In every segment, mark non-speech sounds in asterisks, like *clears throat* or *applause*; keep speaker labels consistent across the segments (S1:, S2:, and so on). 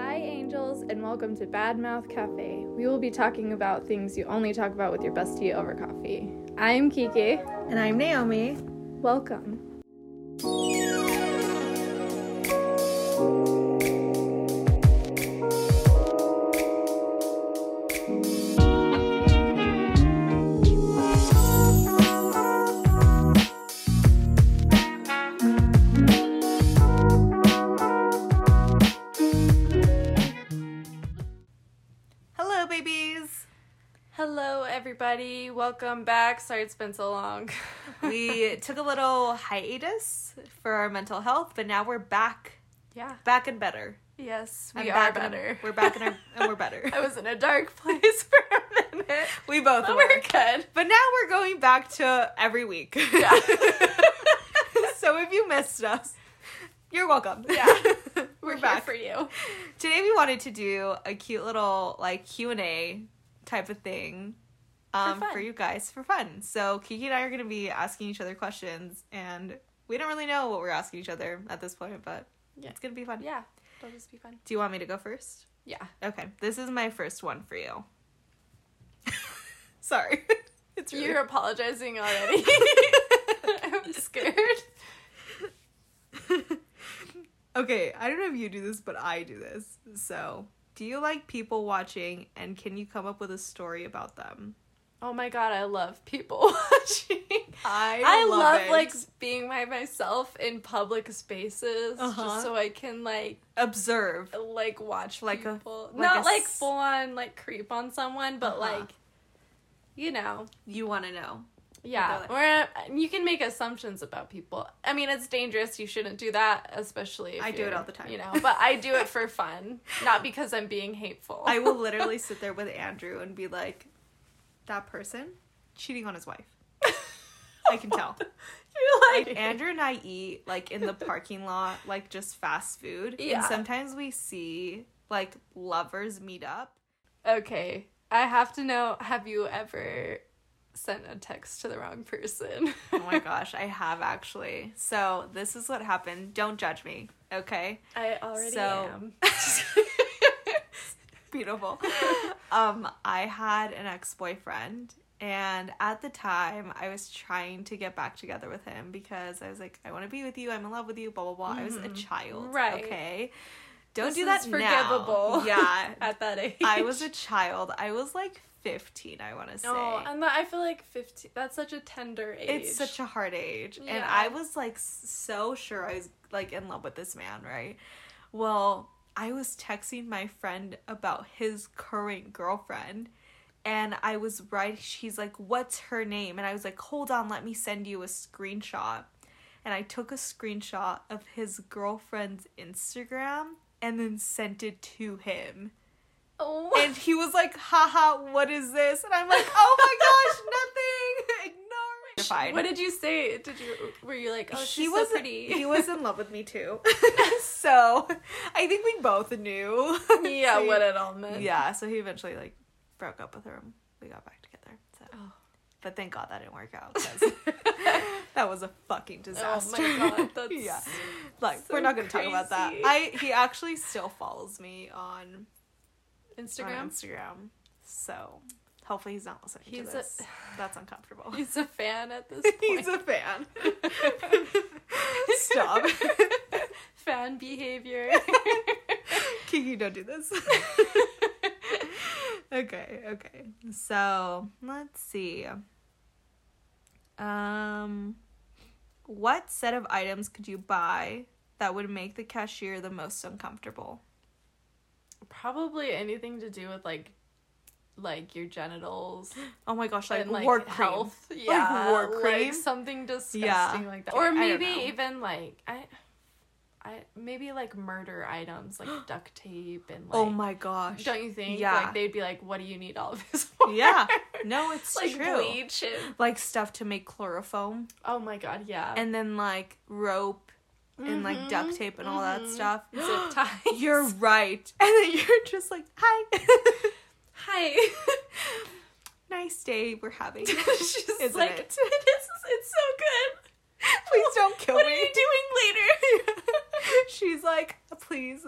S1: angels, and welcome to Badmouth Cafe. We will be talking about things you only talk about with your bestie over coffee. I'm Kiki.
S2: And I'm Naomi.
S1: Welcome.
S2: Hello, babies.
S1: Hello, everybody. Welcome back. Sorry it's been so long.
S2: *laughs* We took a little hiatus for our mental health, but now we're back,
S1: *laughs* yeah.
S2: back and better.
S1: Yes,
S2: I'm
S1: we are
S2: back in-
S1: better.
S2: we're back
S1: *laughs*
S2: in our, and we're better.
S1: I was in a dark *laughs* place for a minute.
S2: We both
S1: But
S2: were.
S1: we're good.
S2: *laughs* But now we're going back to every week.
S1: *laughs* Yeah.
S2: *laughs* so if you missed us, you're welcome.
S1: Yeah.
S2: we're,
S1: *laughs* We're back
S2: back.
S1: for you.
S2: Today we wanted to do a cute little like Q and A type of thing um, for,
S1: fun.
S2: you guys for fun. So Kiki and I are going to be asking each other questions, and we don't really know what we're asking each other at this point, but
S1: Yeah.
S2: it's going to be fun.
S1: Yeah, that'll just be fun.
S2: Do you want me to go first?
S1: Yeah.
S2: Okay, this is my first one for you. *laughs* Sorry, *laughs* it's really
S1: You're apologizing already. *laughs* I'm scared.
S2: *laughs* okay. I don't know if you do this, but I do this. So, do you like people watching, and can you come up with a story
S1: *laughs*
S2: about them?
S1: Oh my god, I love people *laughs* watching.
S2: I
S1: I
S2: love,
S1: love,
S2: it.
S1: like being by myself in public spaces
S2: Uh-huh.
S1: just so I can like
S2: observe.
S1: like watch
S2: Like a-
S1: people.
S2: like
S1: Not
S2: a
S1: like
S2: s-
S1: full on like creep on someone, but
S2: Uh-huh.
S1: like you know.
S2: You want to know.
S1: Yeah,
S2: Got it.
S1: or uh, you can make assumptions about people. I mean, it's dangerous. You shouldn't do that, especially. If
S2: I do it
S1: you're-
S2: all the time.
S1: you know. But I do it for fun,
S2: *laughs*
S1: not because I'm being hateful.
S2: I will
S1: *laughs*
S2: literally sit there with Andrew and be like, that person cheating on his wife. I can tell.
S1: You're *laughs*
S2: Like, Andrew and I eat like in the parking lot, like just fast food. And
S1: Yeah.
S2: sometimes we see like lovers meet up.
S1: okay, I have to know have you ever sent a text to the wrong person?
S2: Oh my gosh, I have actually. So this is what happened. Don't judge me, okay?
S1: *laughs* I already
S2: So-
S1: *laughs* am. *laughs*
S2: Beautiful. um, I had an ex boyfriend, and at the time, I was trying to get back together with him because I was like, I want to be with you. I'm in love with you. Blah blah blah. I was a child,
S1: Mm-hmm. Right.
S2: Okay. Don't
S1: This
S2: do that.
S1: is
S2: now.
S1: forgivable. *laughs*
S2: Yeah.
S1: At that age,
S2: I was a child. I was like 15. I want to say.
S1: no, and the, I feel like fifteen. That's such a tender age.
S2: it's such a hard age and
S1: Yeah.
S2: i was like s- so sure i was like in love with this man right well i was texting my friend about his current girlfriend and i was right she's like what's her name and i was like hold on let me send you a screenshot and i took a screenshot of his girlfriend's instagram and then sent it to him
S1: *laughs* Oh.
S2: and he was like haha what is this and i'm like oh
S1: *laughs*
S2: my gosh nothing *laughs* ignore me
S1: What did you say? Did you were you like, oh, she's
S2: he was
S1: so pretty? *laughs*
S2: *laughs* he was in love with me too. so I think we both knew.
S1: yeah,
S2: *laughs* So he-
S1: what it all meant.
S2: Yeah, so he eventually like broke up with her. and We got back together. So.
S1: Oh.
S2: But thank God that didn't work
S1: *laughs*
S2: out. 'cause that was a fucking
S1: Oh
S2: disaster.
S1: my god, *laughs* that's
S2: yeah, *laughs* like
S1: so
S2: we're not gonna talk about that.
S1: crazy.
S2: I he actually still follows me on on
S1: Instagram.
S2: Instagram. So hopefully he's not listening
S1: He's
S2: to
S1: a-
S2: this. That's uncomfortable.
S1: *laughs* He's a fan at *laughs* this
S2: *laughs* he's
S1: point. *laughs*
S2: a fan. *laughs* Stop.
S1: fan *laughs* behavior.
S2: Kiki, don't
S1: *laughs*
S2: do this. okay, okay. So let's see. Um, what set of items could you buy that would make the cashier the most uncomfortable?
S1: Probably anything to do with like, like your genitals
S2: Oh my gosh, like,
S1: and *laughs* like
S2: war cream.
S1: health. Yeah,
S2: war cream?
S1: like something disgusting
S2: Yeah.
S1: like that.
S2: Okay, I
S1: Or
S2: don't
S1: maybe
S2: know.
S1: even like I. I, maybe like murder items like
S2: *gasps*
S1: duct tape and like
S2: oh my gosh.
S1: don't you think
S2: Yeah.
S1: like they'd be like what do you need all of this *laughs* for
S2: yeah. No, it's
S1: *laughs* like
S2: true.
S1: bleach and
S2: Like stuff to make chloroform,
S1: oh Mm-hmm, my god yeah
S2: and then like rope and like duct tape and all
S1: mm-hmm.
S2: that stuff. *gasps*
S1: zip ties
S2: You're right. And then you're just like, hi.
S1: *laughs*
S2: *laughs*
S1: hi *laughs*
S2: nice day we're having.
S1: she's *laughs*
S2: Isn't
S1: like
S2: it?
S1: this is it's so good
S2: Please don't kill
S1: What
S2: me.
S1: are you doing later?
S2: *laughs* She's like, please,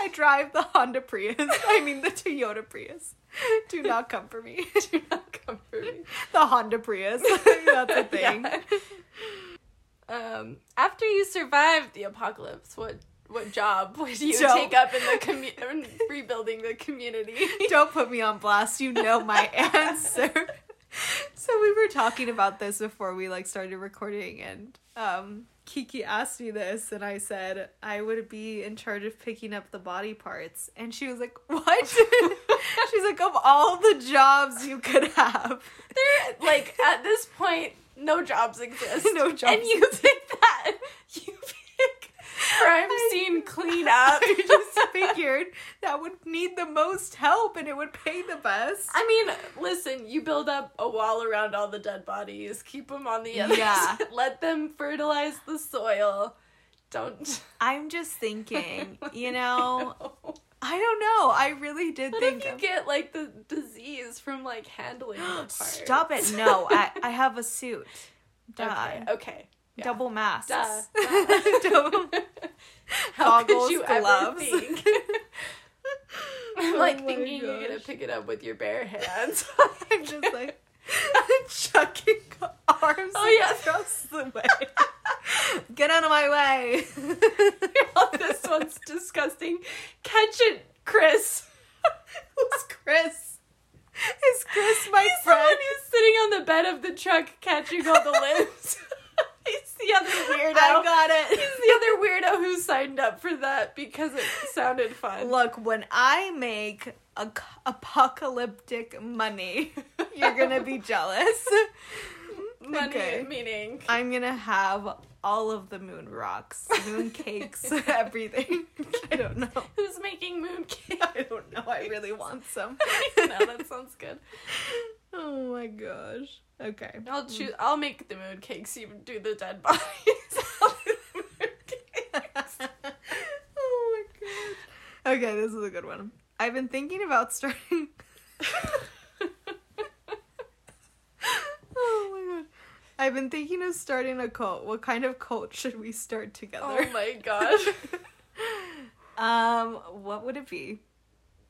S2: I drive the Honda Prius. I mean, the Toyota Prius. Do not come for me. *laughs*
S1: *laughs* Do not come for me.
S2: the Honda Prius. *laughs* That's a thing.
S1: *laughs* Yeah. Um, after you survive the apocalypse, what what job *laughs* would you
S2: Don't.
S1: take up *laughs* in the community, rebuilding the community? *laughs*
S2: *laughs* Don't put me on blast. You know *laughs* my answer. so we were talking about this before we like started recording, and um, Kiki asked me this, and I said I would be in charge of picking up the body parts, and she was like, *laughs* "What?" She's like, "Of all the jobs you could have."
S1: There, like at this point, no jobs exist.
S2: *laughs* No jobs
S1: And you pick that. *laughs* You pick crime
S2: I-
S1: scene cleanup.
S2: *laughs* I just figured that would need the most help and it would pay the best.
S1: *laughs* I mean, listen, you build up a wall around all the dead bodies, keep them on the other
S2: Yeah.
S1: *laughs* side, let them fertilize the soil. Don't.
S2: I'm
S1: *laughs*
S2: just thinking, you know, I don't know. I really did
S1: What
S2: think.
S1: if you
S2: of-
S1: get like the disease from like
S2: *gasps*
S1: handling the parts?
S2: Stop it. No, I, I have a suit. Duh.
S1: *laughs* Okay. Okay. yeah.
S2: Double masks.
S1: Duh.
S2: *laughs* Double-
S1: *laughs* How
S2: Goggles,
S1: could you ever
S2: gloves. *laughs*
S1: think? I'm
S2: Oh
S1: like
S2: my
S1: thinking you're gonna
S2: gosh.
S1: pick it up with your bare hands.
S2: *laughs*
S1: *laughs*
S2: I'm just like *laughs* chucking arms
S1: Oh, yeah.
S2: across the way. *laughs* Get out of my way. *laughs*
S1: Oh, this one's disgusting. Catch it, Chris.
S2: *laughs* Who's Chris? Is Chris my
S1: He's the one
S2: friend?
S1: who's sitting on the bed of the truck catching
S2: *laughs*
S1: all the limbs. He's the other weirdo. *laughs*
S2: I got
S1: He's the other weirdo who signed up for that because it sounded fun.
S2: Look, when I make a- apocalyptic money, *laughs* you're gonna
S1: *laughs*
S2: be jealous.
S1: Money
S2: Okay.
S1: meaning.
S2: I'm gonna have all of the moon rocks, moon *laughs* cakes, everything. I don't know.
S1: Who's making mooncake?
S2: I don't know. I really want some.
S1: *laughs* no, that sounds good.
S2: *laughs* Oh my gosh. *laughs* Okay.
S1: I'll choose. I'll make the moon cakes. You do the dead bodies. *laughs* I'll do the mooncakes.
S2: oh my god. Okay, this is a good one. I've been thinking about starting. *laughs* oh my god. I've been thinking of starting a cult. What kind of cult should we start
S1: oh
S2: together?
S1: my gosh!
S2: *laughs* Um, what would it be?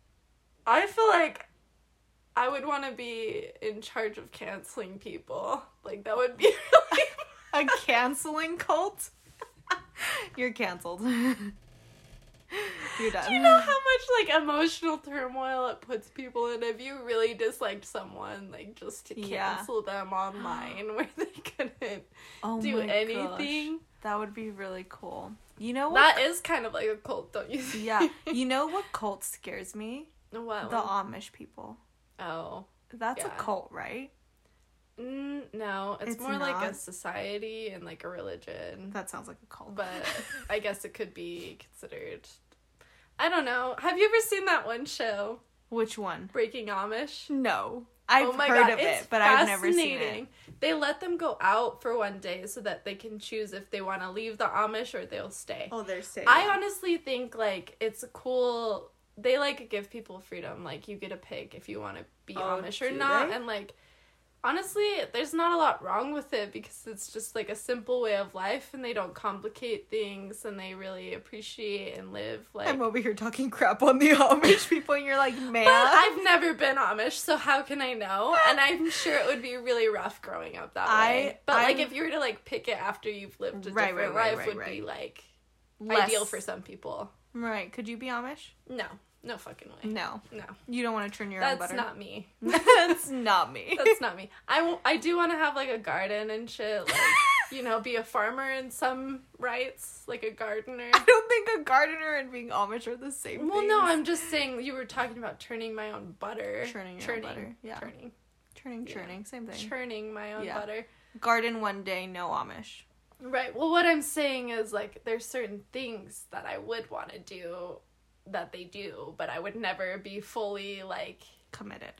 S1: *laughs* I feel like I would want to be in charge of canceling people. Like that would be *laughs* really.
S2: A canceling cult? *laughs* You're canceled. You're done.
S1: You know how much like emotional turmoil it puts people in if you really disliked someone, like just to
S2: Yeah.
S1: cancel them online where they *laughs* couldn't
S2: oh
S1: do
S2: my gosh.
S1: anything.
S2: That would be really cool. You know what?
S1: That is kind of like a cult, don't you think? *laughs*
S2: yeah. You know what cult scares me?
S1: What?
S2: The Amish people.
S1: oh.
S2: That's
S1: Yeah.
S2: a cult, right?
S1: Mm, no, it's,
S2: It's
S1: more like a
S2: not?
S1: society and like a religion.
S2: That sounds like a cult.
S1: but I guess it could be considered. I don't know. Have you ever seen that one show,
S2: *laughs* Which one?
S1: Breaking Amish?
S2: No. I've
S1: Oh
S2: heard of it, but I've never seen it.
S1: fascinating. They let them go out for one day so that they can choose if they want to leave the Amish or they'll stay.
S2: Oh, they're safe.
S1: I honestly think like it's a cool. They like give people freedom. Like you get a pig if you want to be
S2: Oh,
S1: Amish or
S2: do
S1: not,
S2: they?
S1: and like honestly, there's not a lot wrong with it because it's just like a simple way of life, and they don't complicate things, and they really appreciate and live like.
S2: I'm over here talking crap on the *laughs* Amish people, and you're like, man.
S1: but I've never been Amish, so how can I know? And I'm sure it would be really rough growing up that
S2: I-
S1: way. But like,
S2: I'm-
S1: if you were to like pick it after you've lived a
S2: Right,
S1: different
S2: right, right,
S1: life,
S2: right,
S1: would be
S2: right.
S1: like
S2: Less-
S1: ideal for some people.
S2: Right. Could you be Amish?
S1: No, no fucking way.
S2: No.
S1: No.
S2: You don't want to turn Mm. your
S1: That's
S2: own butter.
S1: not me.
S2: *laughs*
S1: *laughs*
S2: That's not me. *laughs*
S1: That's not me. I, w- I do want to have like a garden and shit. Like, you know, be a farmer in some rights, like a gardener.
S2: I don't think a gardener and being Amish are the same
S1: Well, no,
S2: things.
S1: I'm just saying you were talking about turning my own butter.
S2: Churning your own butter, yeah.
S1: Churning.
S2: Churning,
S1: Yeah.
S2: churning. Same thing.
S1: Churning my own
S2: Yeah.
S1: butter.
S2: Garden one day, no Amish.
S1: Right. Well, what I'm saying is like there's certain things that I would want to do that they do, but I would never be fully like,
S2: Committed.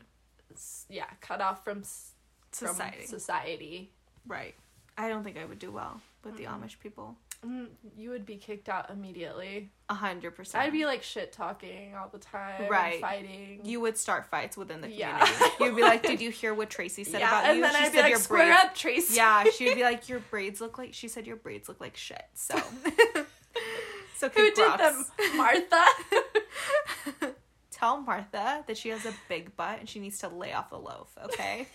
S1: s- yeah, cut off from, s- from
S2: Society.
S1: society.
S2: right. I don't think I would do well with the Amish people.
S1: Mm, you would be kicked out immediately.
S2: A hundred percent.
S1: I'd be like shit talking all the time, and
S2: Right.
S1: Fighting.
S2: you would start fights within the community.
S1: Yeah.
S2: You'd be like, "Did you hear what Tracy said about
S1: and
S2: you?"
S1: then I'd be
S2: said
S1: like,
S2: your
S1: square
S2: braids.
S1: up, Tracy.
S2: *laughs* Yeah, she would be like, "Your braids look like." She said, "Your braids look like shit."
S1: *laughs* *laughs*
S2: So, so
S1: Who
S2: keep
S1: did them, *laughs*
S2: rocks.
S1: Martha?
S2: Tell Martha that she has a big butt and she needs to lay off the loaf. Okay.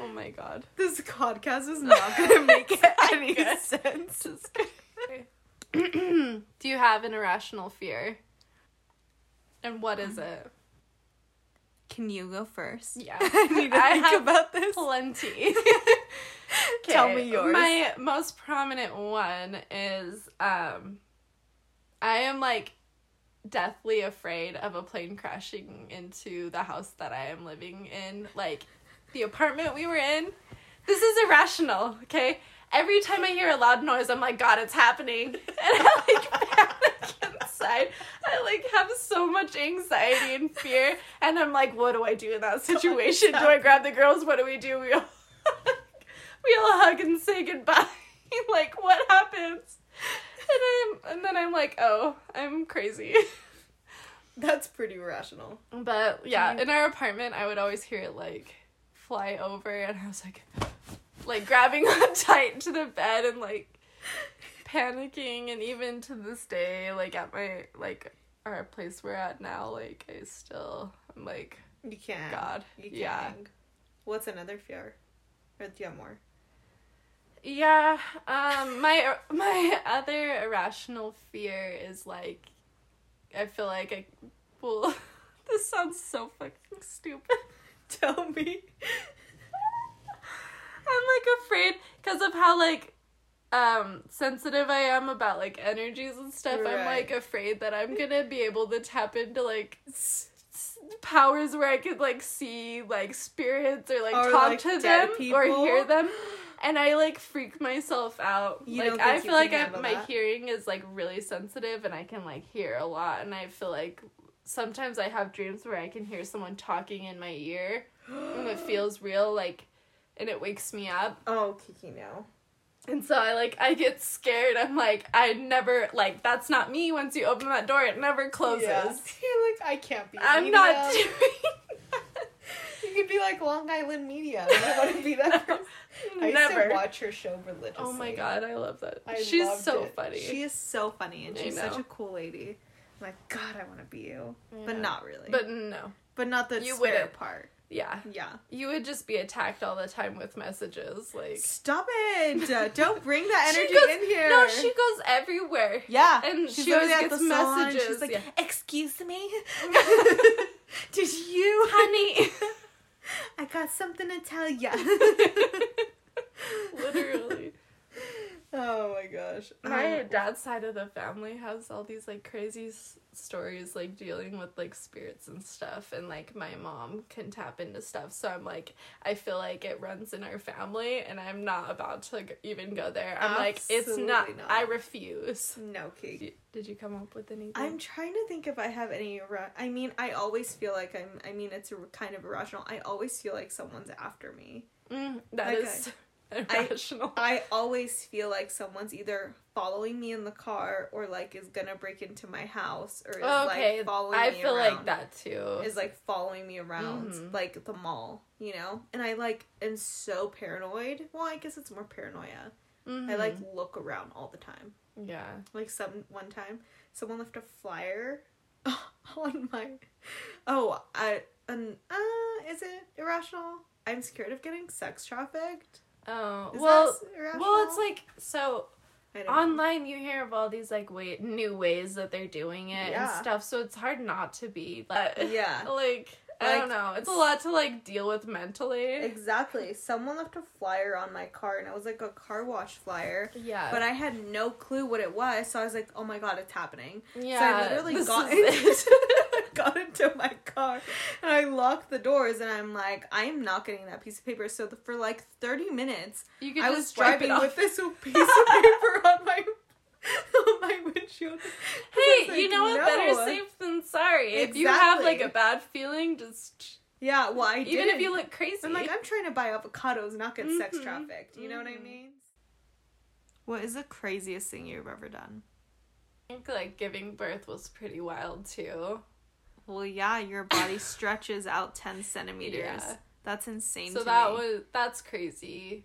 S1: oh my god.
S2: *laughs* this podcast is not *laughs* gonna make any *laughs* sense.
S1: *clears throat* Do you have an irrational fear? And what is it?
S2: Can you go first?
S1: Yeah. *laughs*
S2: I need to
S1: I
S2: think
S1: have
S2: about
S1: *laughs*
S2: this.
S1: Plenty.
S2: Tell
S1: Okay,
S2: me yours.
S1: My most prominent one is um I am like deathly afraid of a plane crashing into the house that I am living in, like the apartment we were in. This is irrational, okay? Every time I hear a loud noise, I'm like, God, it's happening. *laughs* And I like panic *laughs* inside. I like have so much anxiety and fear. And I'm like, what do I do in that situation? Do I grab the girls? What do we do? We all, we all hug and say goodbye. *laughs* like, what happens? And, I'm, and then I'm like, oh, I'm crazy. *laughs*
S2: That's pretty irrational.
S1: But yeah,
S2: Can you-
S1: in our apartment, I would always hear it like fly over, and I was like, like grabbing *laughs* on tight to the bed and like panicking. And even to this day, like at my like our place we're at now, like I still I'm like
S2: You can't.
S1: God,
S2: You can't.
S1: yeah.
S2: What's another fear? Or do you have more? *laughs*
S1: Yeah, um my my other irrational fear is like I feel like I well *laughs* this sounds so fucking stupid.
S2: Tell me.
S1: I'm like afraid because of how like um sensitive I am about like energies and stuff. I'm
S2: Right.
S1: like afraid that I'm gonna be able to tap into like s- s- powers where I could like see like spirits or like
S2: Or,
S1: talk
S2: like,
S1: to
S2: dead
S1: them or
S2: people?
S1: hear them. And I like freak myself out.
S2: You
S1: like
S2: don't
S1: I
S2: think you
S1: feel like
S2: can
S1: I,
S2: handle
S1: my
S2: that?
S1: hearing is like really sensitive and I can like hear a lot and I feel like sometimes I have dreams where I can hear someone talking in my ear and it feels real like and it wakes me up
S2: *gasps* Oh, Kiki, no.
S1: and so i like i get scared i'm like i never like that's not me once you open that door it never closes
S2: Yeah. *laughs* You're like, I can't be.
S1: i'm
S2: media.
S1: not *laughs* doing
S2: *laughs* You could be like Long Island Media. I don't want to be *laughs* that person. I used to
S1: never
S2: watch her show religiously.
S1: oh my god i love that
S2: I
S1: she's
S2: loved
S1: so
S2: it.
S1: funny
S2: She is so funny, and
S1: I
S2: she's
S1: know.
S2: such a cool lady. I'm like, God, I want to be you, but
S1: Yeah.
S2: not really.
S1: but no
S2: but not the
S1: You
S2: spirit
S1: wouldn't.
S2: part.
S1: yeah
S2: Yeah.
S1: you would just be attacked all the time with messages like
S2: Stop
S1: *laughs*
S2: it! don't bring that
S1: She
S2: energy
S1: goes-
S2: in here.
S1: no she goes everywhere
S2: Yeah.
S1: And
S2: she's
S1: she
S2: literally
S1: always
S2: at
S1: gets
S2: the salon,
S1: messages,
S2: She's like,
S1: yeah.
S2: excuse me?
S1: *laughs*
S2: Did you?
S1: honey
S2: I got something to tell ya.
S1: *laughs*
S2: *laughs*
S1: literally
S2: Oh my gosh.
S1: My
S2: Um,
S1: dad's side of the family has all these like crazy s- stories, like dealing with like spirits and stuff, and like my mom can tap into stuff. So I'm like, I feel like it runs in our family, and I'm not about to g- even go there. I'm like, it's
S2: Absolutely
S1: not,
S2: not.
S1: I refuse.
S2: no, Kate.
S1: Did- Did you come up with anything?
S2: I'm trying to think if I have any. Ra- I mean, I always feel like I'm. I mean, it's a kind of irrational. I always feel like someone's after me.
S1: Mm, that
S2: Okay.
S1: is *laughs* irrational.
S2: I always feel like someone's either following me in the car or like is gonna break into my house or is
S1: okay,
S2: like following
S1: I
S2: me
S1: feel
S2: around.
S1: like that too.
S2: is like following me around
S1: Mhm.
S2: like the mall, you know? And I like am so paranoid. Well, I guess it's more paranoia. I like
S1: Mhm.
S2: look around all the time.
S1: yeah.
S2: Like some one time someone left a flyer *laughs* on my Oh, I an uh is it irrational? I'm scared of getting sex trafficked.
S1: Oh
S2: Is
S1: well,
S2: that irrational?
S1: well, it's like so.
S2: I don't know.
S1: online you hear of all these like way new ways that they're doing it
S2: Yeah.
S1: and stuff so it's hard not to be like
S2: *laughs*
S1: *laughs*
S2: Yeah.
S1: like i
S2: Like-
S1: don't know it's a lot to like deal with mentally
S2: Exactly. Someone left a flyer on my car and it was like a car wash flyer.
S1: yeah
S2: But I had no clue what it was, so I was like, oh my god, it's happening.
S1: yeah
S2: literally
S1: this
S2: got- *laughs*
S1: is it.
S2: got into my car and I locked the doors and I'm like, I'm not getting that piece of paper. So the, for like 30 minutes,
S1: you could
S2: I
S1: just
S2: was
S1: wipe it
S2: driving
S1: off.
S2: with this *laughs* piece of paper on my *laughs* on my windshield.
S1: *laughs* hey
S2: was
S1: you
S2: like,
S1: know what better
S2: no.
S1: safe than sorry if you have like a
S2: Exactly.
S1: bad feeling just
S2: Yeah, well I
S1: even
S2: didn't.
S1: if you look crazy
S2: I'm like, I'm trying to buy avocados, not get sex
S1: Mhm.
S2: trafficked. You know what I
S1: Mhm.
S2: mean? What is the craziest thing you've ever done?
S1: I think like giving birth was pretty wild too.
S2: Well,
S1: *laughs*
S2: yeah, your body stretches out 10 centimeters.
S1: Yeah.
S2: That's insane.
S1: so
S2: to
S1: that
S2: me.
S1: was that's crazy.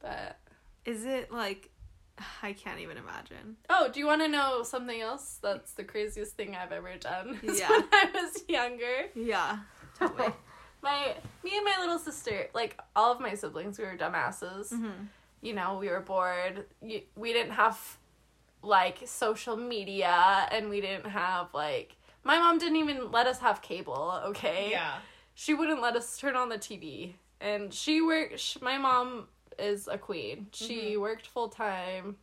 S1: But
S2: Is it like. *sighs* I can't even imagine.
S1: oh, do you want to know something else? That's the craziest thing I've ever done. *laughs* It's
S2: Yeah.
S1: when I was younger. *laughs*
S2: Yeah. Tell me.
S1: my me and my little sister, like all of my siblings, we were dumbasses.
S2: Mm-hmm.
S1: You know, we were bored. You, we didn't have like social media, and we didn't have like my mom didn't even let us have cable. Okay, she wouldn't let us turn on the TV, and she worked. sh my mom is a queen. She worked full time.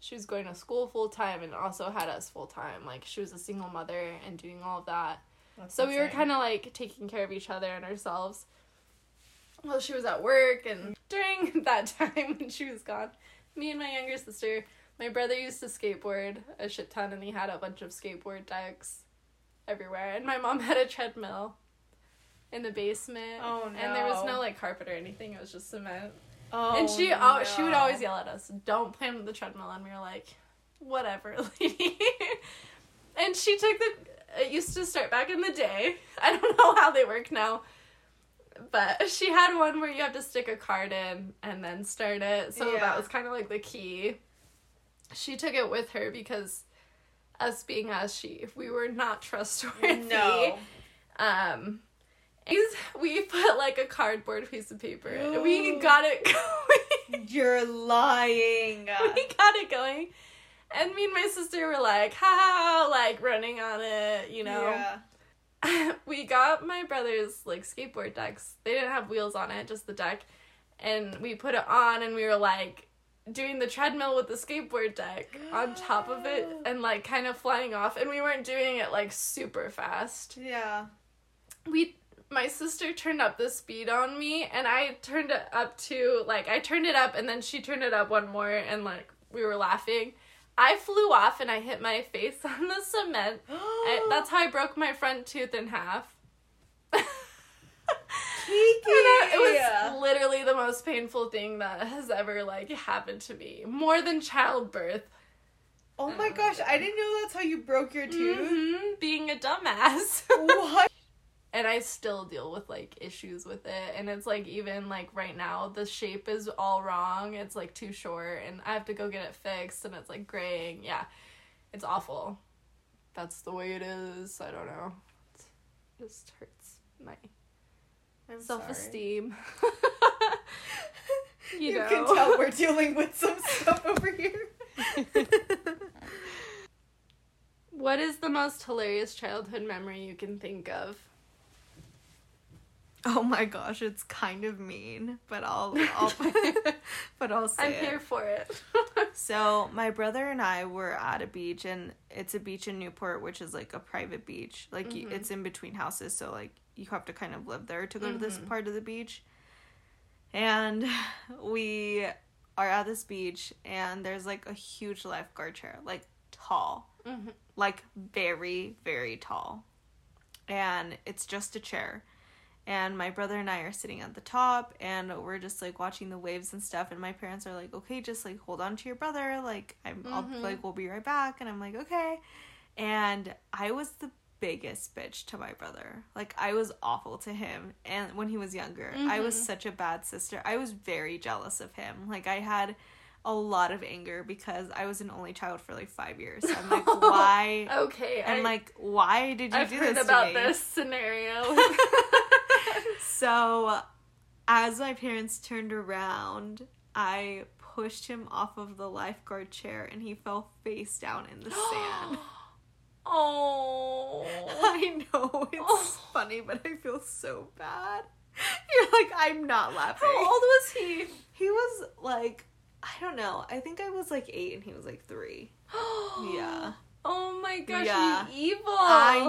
S1: She was going to school full time and also had us full time. Like she was a single mother and doing all of that. So we were kind of like taking care of each other and ourselves. Well, she was at work, and *laughs* during that time when she was gone, me and my younger sister, my brother used to skateboard a shit ton, and he had a bunch of skateboard decks everywhere. And my mom *laughs* had a treadmill in the basement.
S2: Oh,
S1: And there was
S2: no.
S1: no like carpet or anything; it was just cement.
S2: Oh,
S1: and she al- she would
S2: no.
S1: always yell at us, "Don't play with the treadmill," and we were like, "Whatever, *laughs* lady." and she took the. It used to start back in the day. I don't know how they work now, but she had one where you have to stick a card in and then start it. So
S2: Yeah.
S1: that was kind of like the key. She took it with her because, us being us, she if we were not trustworthy.
S2: No.
S1: Um, is- *laughs* we put like a cardboard piece of paper. and We got it *laughs* going.
S2: You're
S1: *laughs*
S2: lying.
S1: we got it going. And me and my sister were like, ha, ha, like running on it, you know.
S2: Yeah.
S1: *laughs* we got my brother's like skateboard decks. They didn't have wheels on it, just the deck. And we put it on and we were like doing the treadmill with the skateboard deck on top of it and like kind of flying off and we weren't doing it like super fast
S2: *gasps* Yeah.
S1: we my sister turned up the speed on me and I turned it up to like I turned it up and then she turned it up one more and like we were laughing. I flew off and I hit my face *laughs* on the cement.
S2: *gasps*
S1: I, that's how I broke my front tooth in half. *laughs*
S2: Kiki.
S1: And I- it was literally the most painful thing that has ever like happened to me, more than childbirth.
S2: oh my gosh, I didn't know that's how you broke
S1: *laughs*
S2: your tooth.
S1: Mhm, being a dumbass. *laughs*
S2: what?
S1: and I still deal with like issues with it. And it's like even like right now the shape is all wrong. It's like too short and I have to go get it fixed and it's like graying. Yeah. It's awful. That's the way it is. I don't know. It just hurts my
S2: I'm
S1: self esteem.
S2: You,
S1: *laughs* you, know.
S2: can tell we're dealing with some stuff over here.
S1: *laughs* What is the most hilarious childhood memory you can think of?
S2: oh my gosh, it's kind of mean, but I'll,
S1: *laughs*
S2: I'll *laughs* but I'll say
S1: I'm
S2: it.
S1: here for it. *laughs*
S2: So my brother and I were at a beach, and it's a beach in Newport, which is like a private beach. Like you, it's in between houses, so like you have to kind of live there to go to this part of the beach. And *laughs* we are at this beach, and there's like a huge lifeguard chair, like tall, like very very tall, and it's just a chair and my brother and I are sitting at the top and we're just like watching the waves and stuff and my parents are like okay just like hold on to your brother like I'm I'll,
S1: Mm-hmm.
S2: like we'll be right back and I'm like okay and I was the biggest bitch to my brother like I was awful to him and when he was younger I was
S1: Mm-hmm.
S2: such a bad sister I was very jealous of him like I had a lot of anger because I was an only child for like 5 years
S1: *laughs*
S2: I'm like why
S1: Oh, Okay.
S2: I'm
S1: I,
S2: like why did you
S1: I've
S2: do
S1: heard
S2: this to
S1: about
S2: me?
S1: this scenario.
S2: *laughs* So, as my parents turned around, I pushed him off of the lifeguard chair and he fell face down in
S1: *gasps*
S2: the sand. *laughs*
S1: oh.
S2: I know it's
S1: Oh.
S2: funny, but I feel so bad. *laughs* You're like, I'm not laughing.
S1: How old was he? *gasps*
S2: He was like, I don't know. I think I was like eight and he was like three. Yeah.
S1: Oh my gosh,
S2: Yeah.
S1: you evil.
S2: I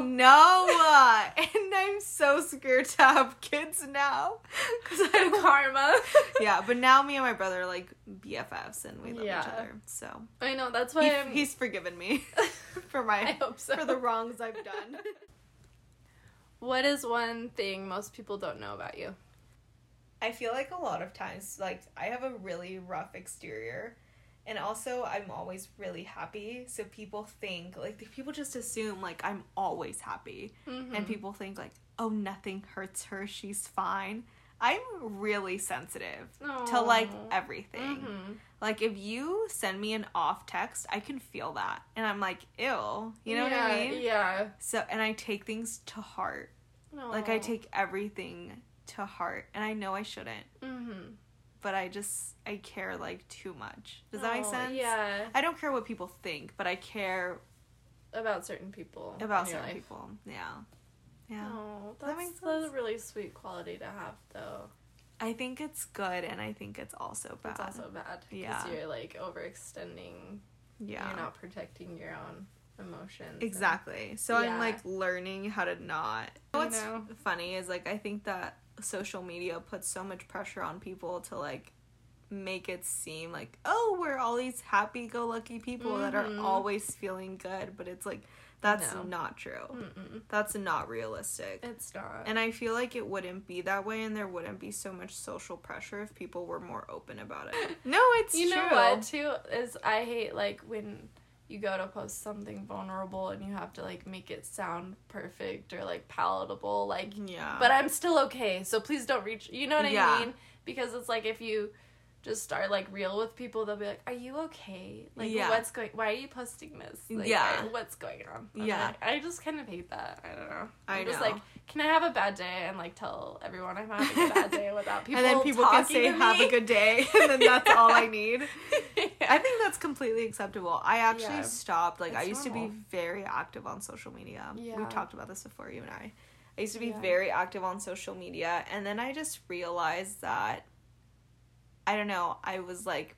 S1: *laughs*
S2: know, *laughs* and I'm so scared to have kids now *laughs* because I don't
S1: The karma.
S2: *laughs* yeah, but now me and my brother are like BFFs and we love each
S1: Yeah.
S2: other. So
S1: I know, that's
S2: he,
S1: why I'm.
S2: he's forgiven me *laughs* for my
S1: um, *laughs* I hope so.
S2: *laughs* for the wrongs
S1: *laughs*
S2: I've done.
S1: what is one thing most people don't know about you?
S2: I feel like a lot of times, like I have a really rough exterior, And also, I'm always really happy. So people think, like, the people just assume, like, I'm always happy.
S1: Mm-hmm.
S2: And people think, like, oh, nothing hurts her. She's fine. I'm really sensitive to, like,
S1: Aw. Mm-hmm.
S2: everything. Like, if you send me an off text, I can feel that. And I'm like, ew. You know what I mean?
S1: Yeah.
S2: So, and I take things to heart. Like, I take everything to heart. And I know I shouldn't,
S1: Mm-hmm.
S2: but I just, I care, like, too much. Does that make sense?
S1: Yeah.
S2: I don't care what people think, but I care
S1: About certain people.
S2: about
S1: in your
S2: certain
S1: life.
S2: people. Yeah. Yeah.
S1: Oh,
S2: That
S1: that's
S2: makes
S1: a
S2: sense.
S1: really sweet quality to have, though.
S2: I think it's good and I think it's also bad.
S1: It's also bad because
S2: Yeah.
S1: you're like overextending.
S2: yeah.
S1: You're not protecting your own emotions. and-
S2: Exactly. So
S1: Yeah.
S2: I'm like learning how to not.
S1: I
S2: What's
S1: know.
S2: funny is like I think that social media puts so much pressure on people to like make it seem like oh we're all these happy-go-lucky people that are
S1: Mhm.
S2: always feeling good, but it's like that's
S1: No.
S2: not true.
S1: Mm-mm.
S2: That's not realistic.
S1: It's not.
S2: And I feel like it wouldn't be that way, and there wouldn't be so much social pressure if people were more open about it.
S1: *laughs*
S2: No, it's
S1: you
S2: true.
S1: know what too is I hate like when you go to post something vulnerable and you have to like make it sound perfect or like palatable like
S2: Yeah.
S1: but I'm still okay so please don't reach you know what I
S2: Yeah.
S1: mean because it's like if you just are like real with people they'll be like are you okay like
S2: Yeah.
S1: what's going why are you posting this like,
S2: Yeah.
S1: why- what's going on And
S2: Yeah.
S1: like, I just kind of hate that I don't know
S2: I
S1: I'm just
S2: know.
S1: like can I have a bad day and like tell everyone I'm having a bad day
S2: *laughs*
S1: without people
S2: and then people can
S1: talking to
S2: say, have
S1: me? *laughs*
S2: a good day, *laughs* and then that's all I need. I
S1: Yeah.
S2: think that's completely acceptable. I actually
S1: Yeah.
S2: stopped. Like, I
S1: It's
S2: used to be
S1: normal.
S2: very active on social media.
S1: Yeah.
S2: We've talked about this before, you and I. I used to be
S1: Yeah.
S2: very active on social media, and then I just realized that I don't know, I was like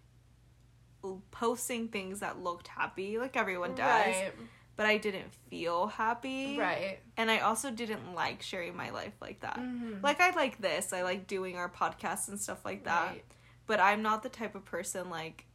S2: l- posting things that looked happy, like everyone does.
S1: Right.
S2: but I didn't feel happy.
S1: Right. Mm. Mm-hmm.
S2: And I also didn't like sharing my life like that. Like I like this. I like doing our podcasts and stuff like that.
S1: Right.
S2: But I'm not the type of person like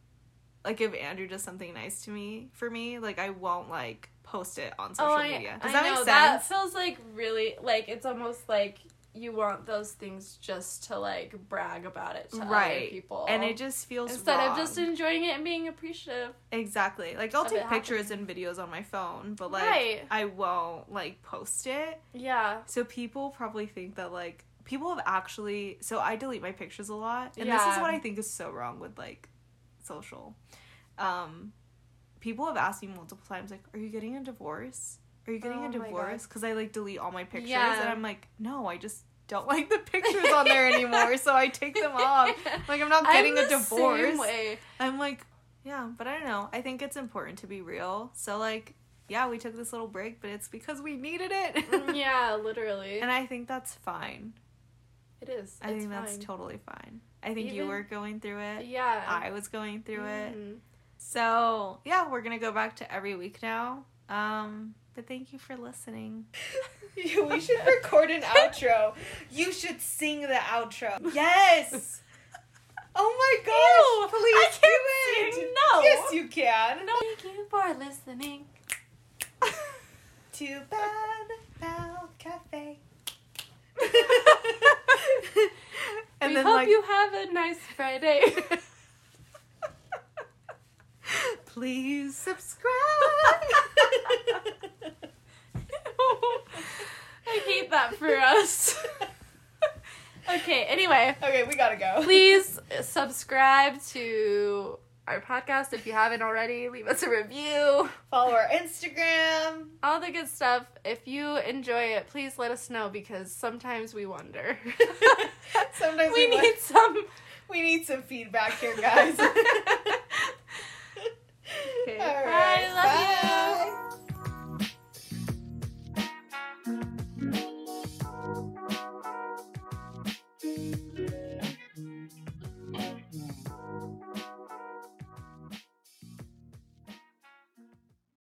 S2: like if Andrew does something nice to me for me, like I won't like post it on social
S1: oh, I,
S2: media. Does
S1: I
S2: that
S1: know.
S2: make sense?
S1: That feels like really like it's almost like you want those things just to like brag about it to other
S2: Right.
S1: people.
S2: and it just feels
S1: instead
S2: wrong.
S1: of just enjoying it and being appreciative.
S2: exactly like I'll
S1: of
S2: take
S1: it
S2: pictures and videos on my phone, but like
S1: Right.
S2: I won't like post it.
S1: Yeah.
S2: So people probably think that like people have actually so I delete my pictures a lot. And this is
S1: Yeah.
S2: what I think is so wrong with like social. Um people have asked me multiple times like are you getting a divorce? Are you getting
S1: Oh
S2: a
S1: my God.
S2: divorce? Cuz I like delete all my pictures
S1: Yeah.
S2: and I'm like no, I just don't *laughs* like the pictures
S1: *laughs*
S2: on there anymore, so I take them off. Like I'm not getting
S1: I'm
S2: a
S1: the
S2: divorce.
S1: Same
S2: *laughs*
S1: way.
S2: I'm like, yeah, but I don't know. I think it's important to be real. So like, yeah, we took this little break, but it's because we needed it.
S1: yeah, literally.
S2: And I think that's fine.
S1: it is.
S2: I
S1: it's
S2: think that's
S1: fine.
S2: totally fine. I think you
S1: Even-
S2: were going through it.
S1: Yeah.
S2: I was going through it.
S1: Mhm.
S2: So, yeah, we're going to go back to every week now. Um, but thank you for listening. *laughs* we should record an outro. You should sing the outro. *laughs* Yes. Oh my gosh.
S1: I
S2: please
S1: can't
S2: do it.
S1: sing. No.
S2: Yes, you can.
S1: Thank you for listening.
S2: *laughs* Too bad about *laughs* cafe.
S1: we hope you have a nice
S2: *laughs*
S1: Friday.
S2: *laughs* Please subscribe.
S1: *laughs* I hate that for us. okay, anyway,
S2: okay, we gotta go.
S1: please subscribe to our podcast if you haven't already. Leave us a review.
S2: follow our
S1: *laughs*
S2: Instagram.
S1: All the good stuff. If you enjoy it, please let us know because sometimes we wonder. *laughs*
S2: Sometimes
S1: we
S2: we
S1: need some.
S2: We need some
S1: *laughs*
S2: feedback here, guys.
S1: okay.
S2: All right,
S1: Bye. Love you.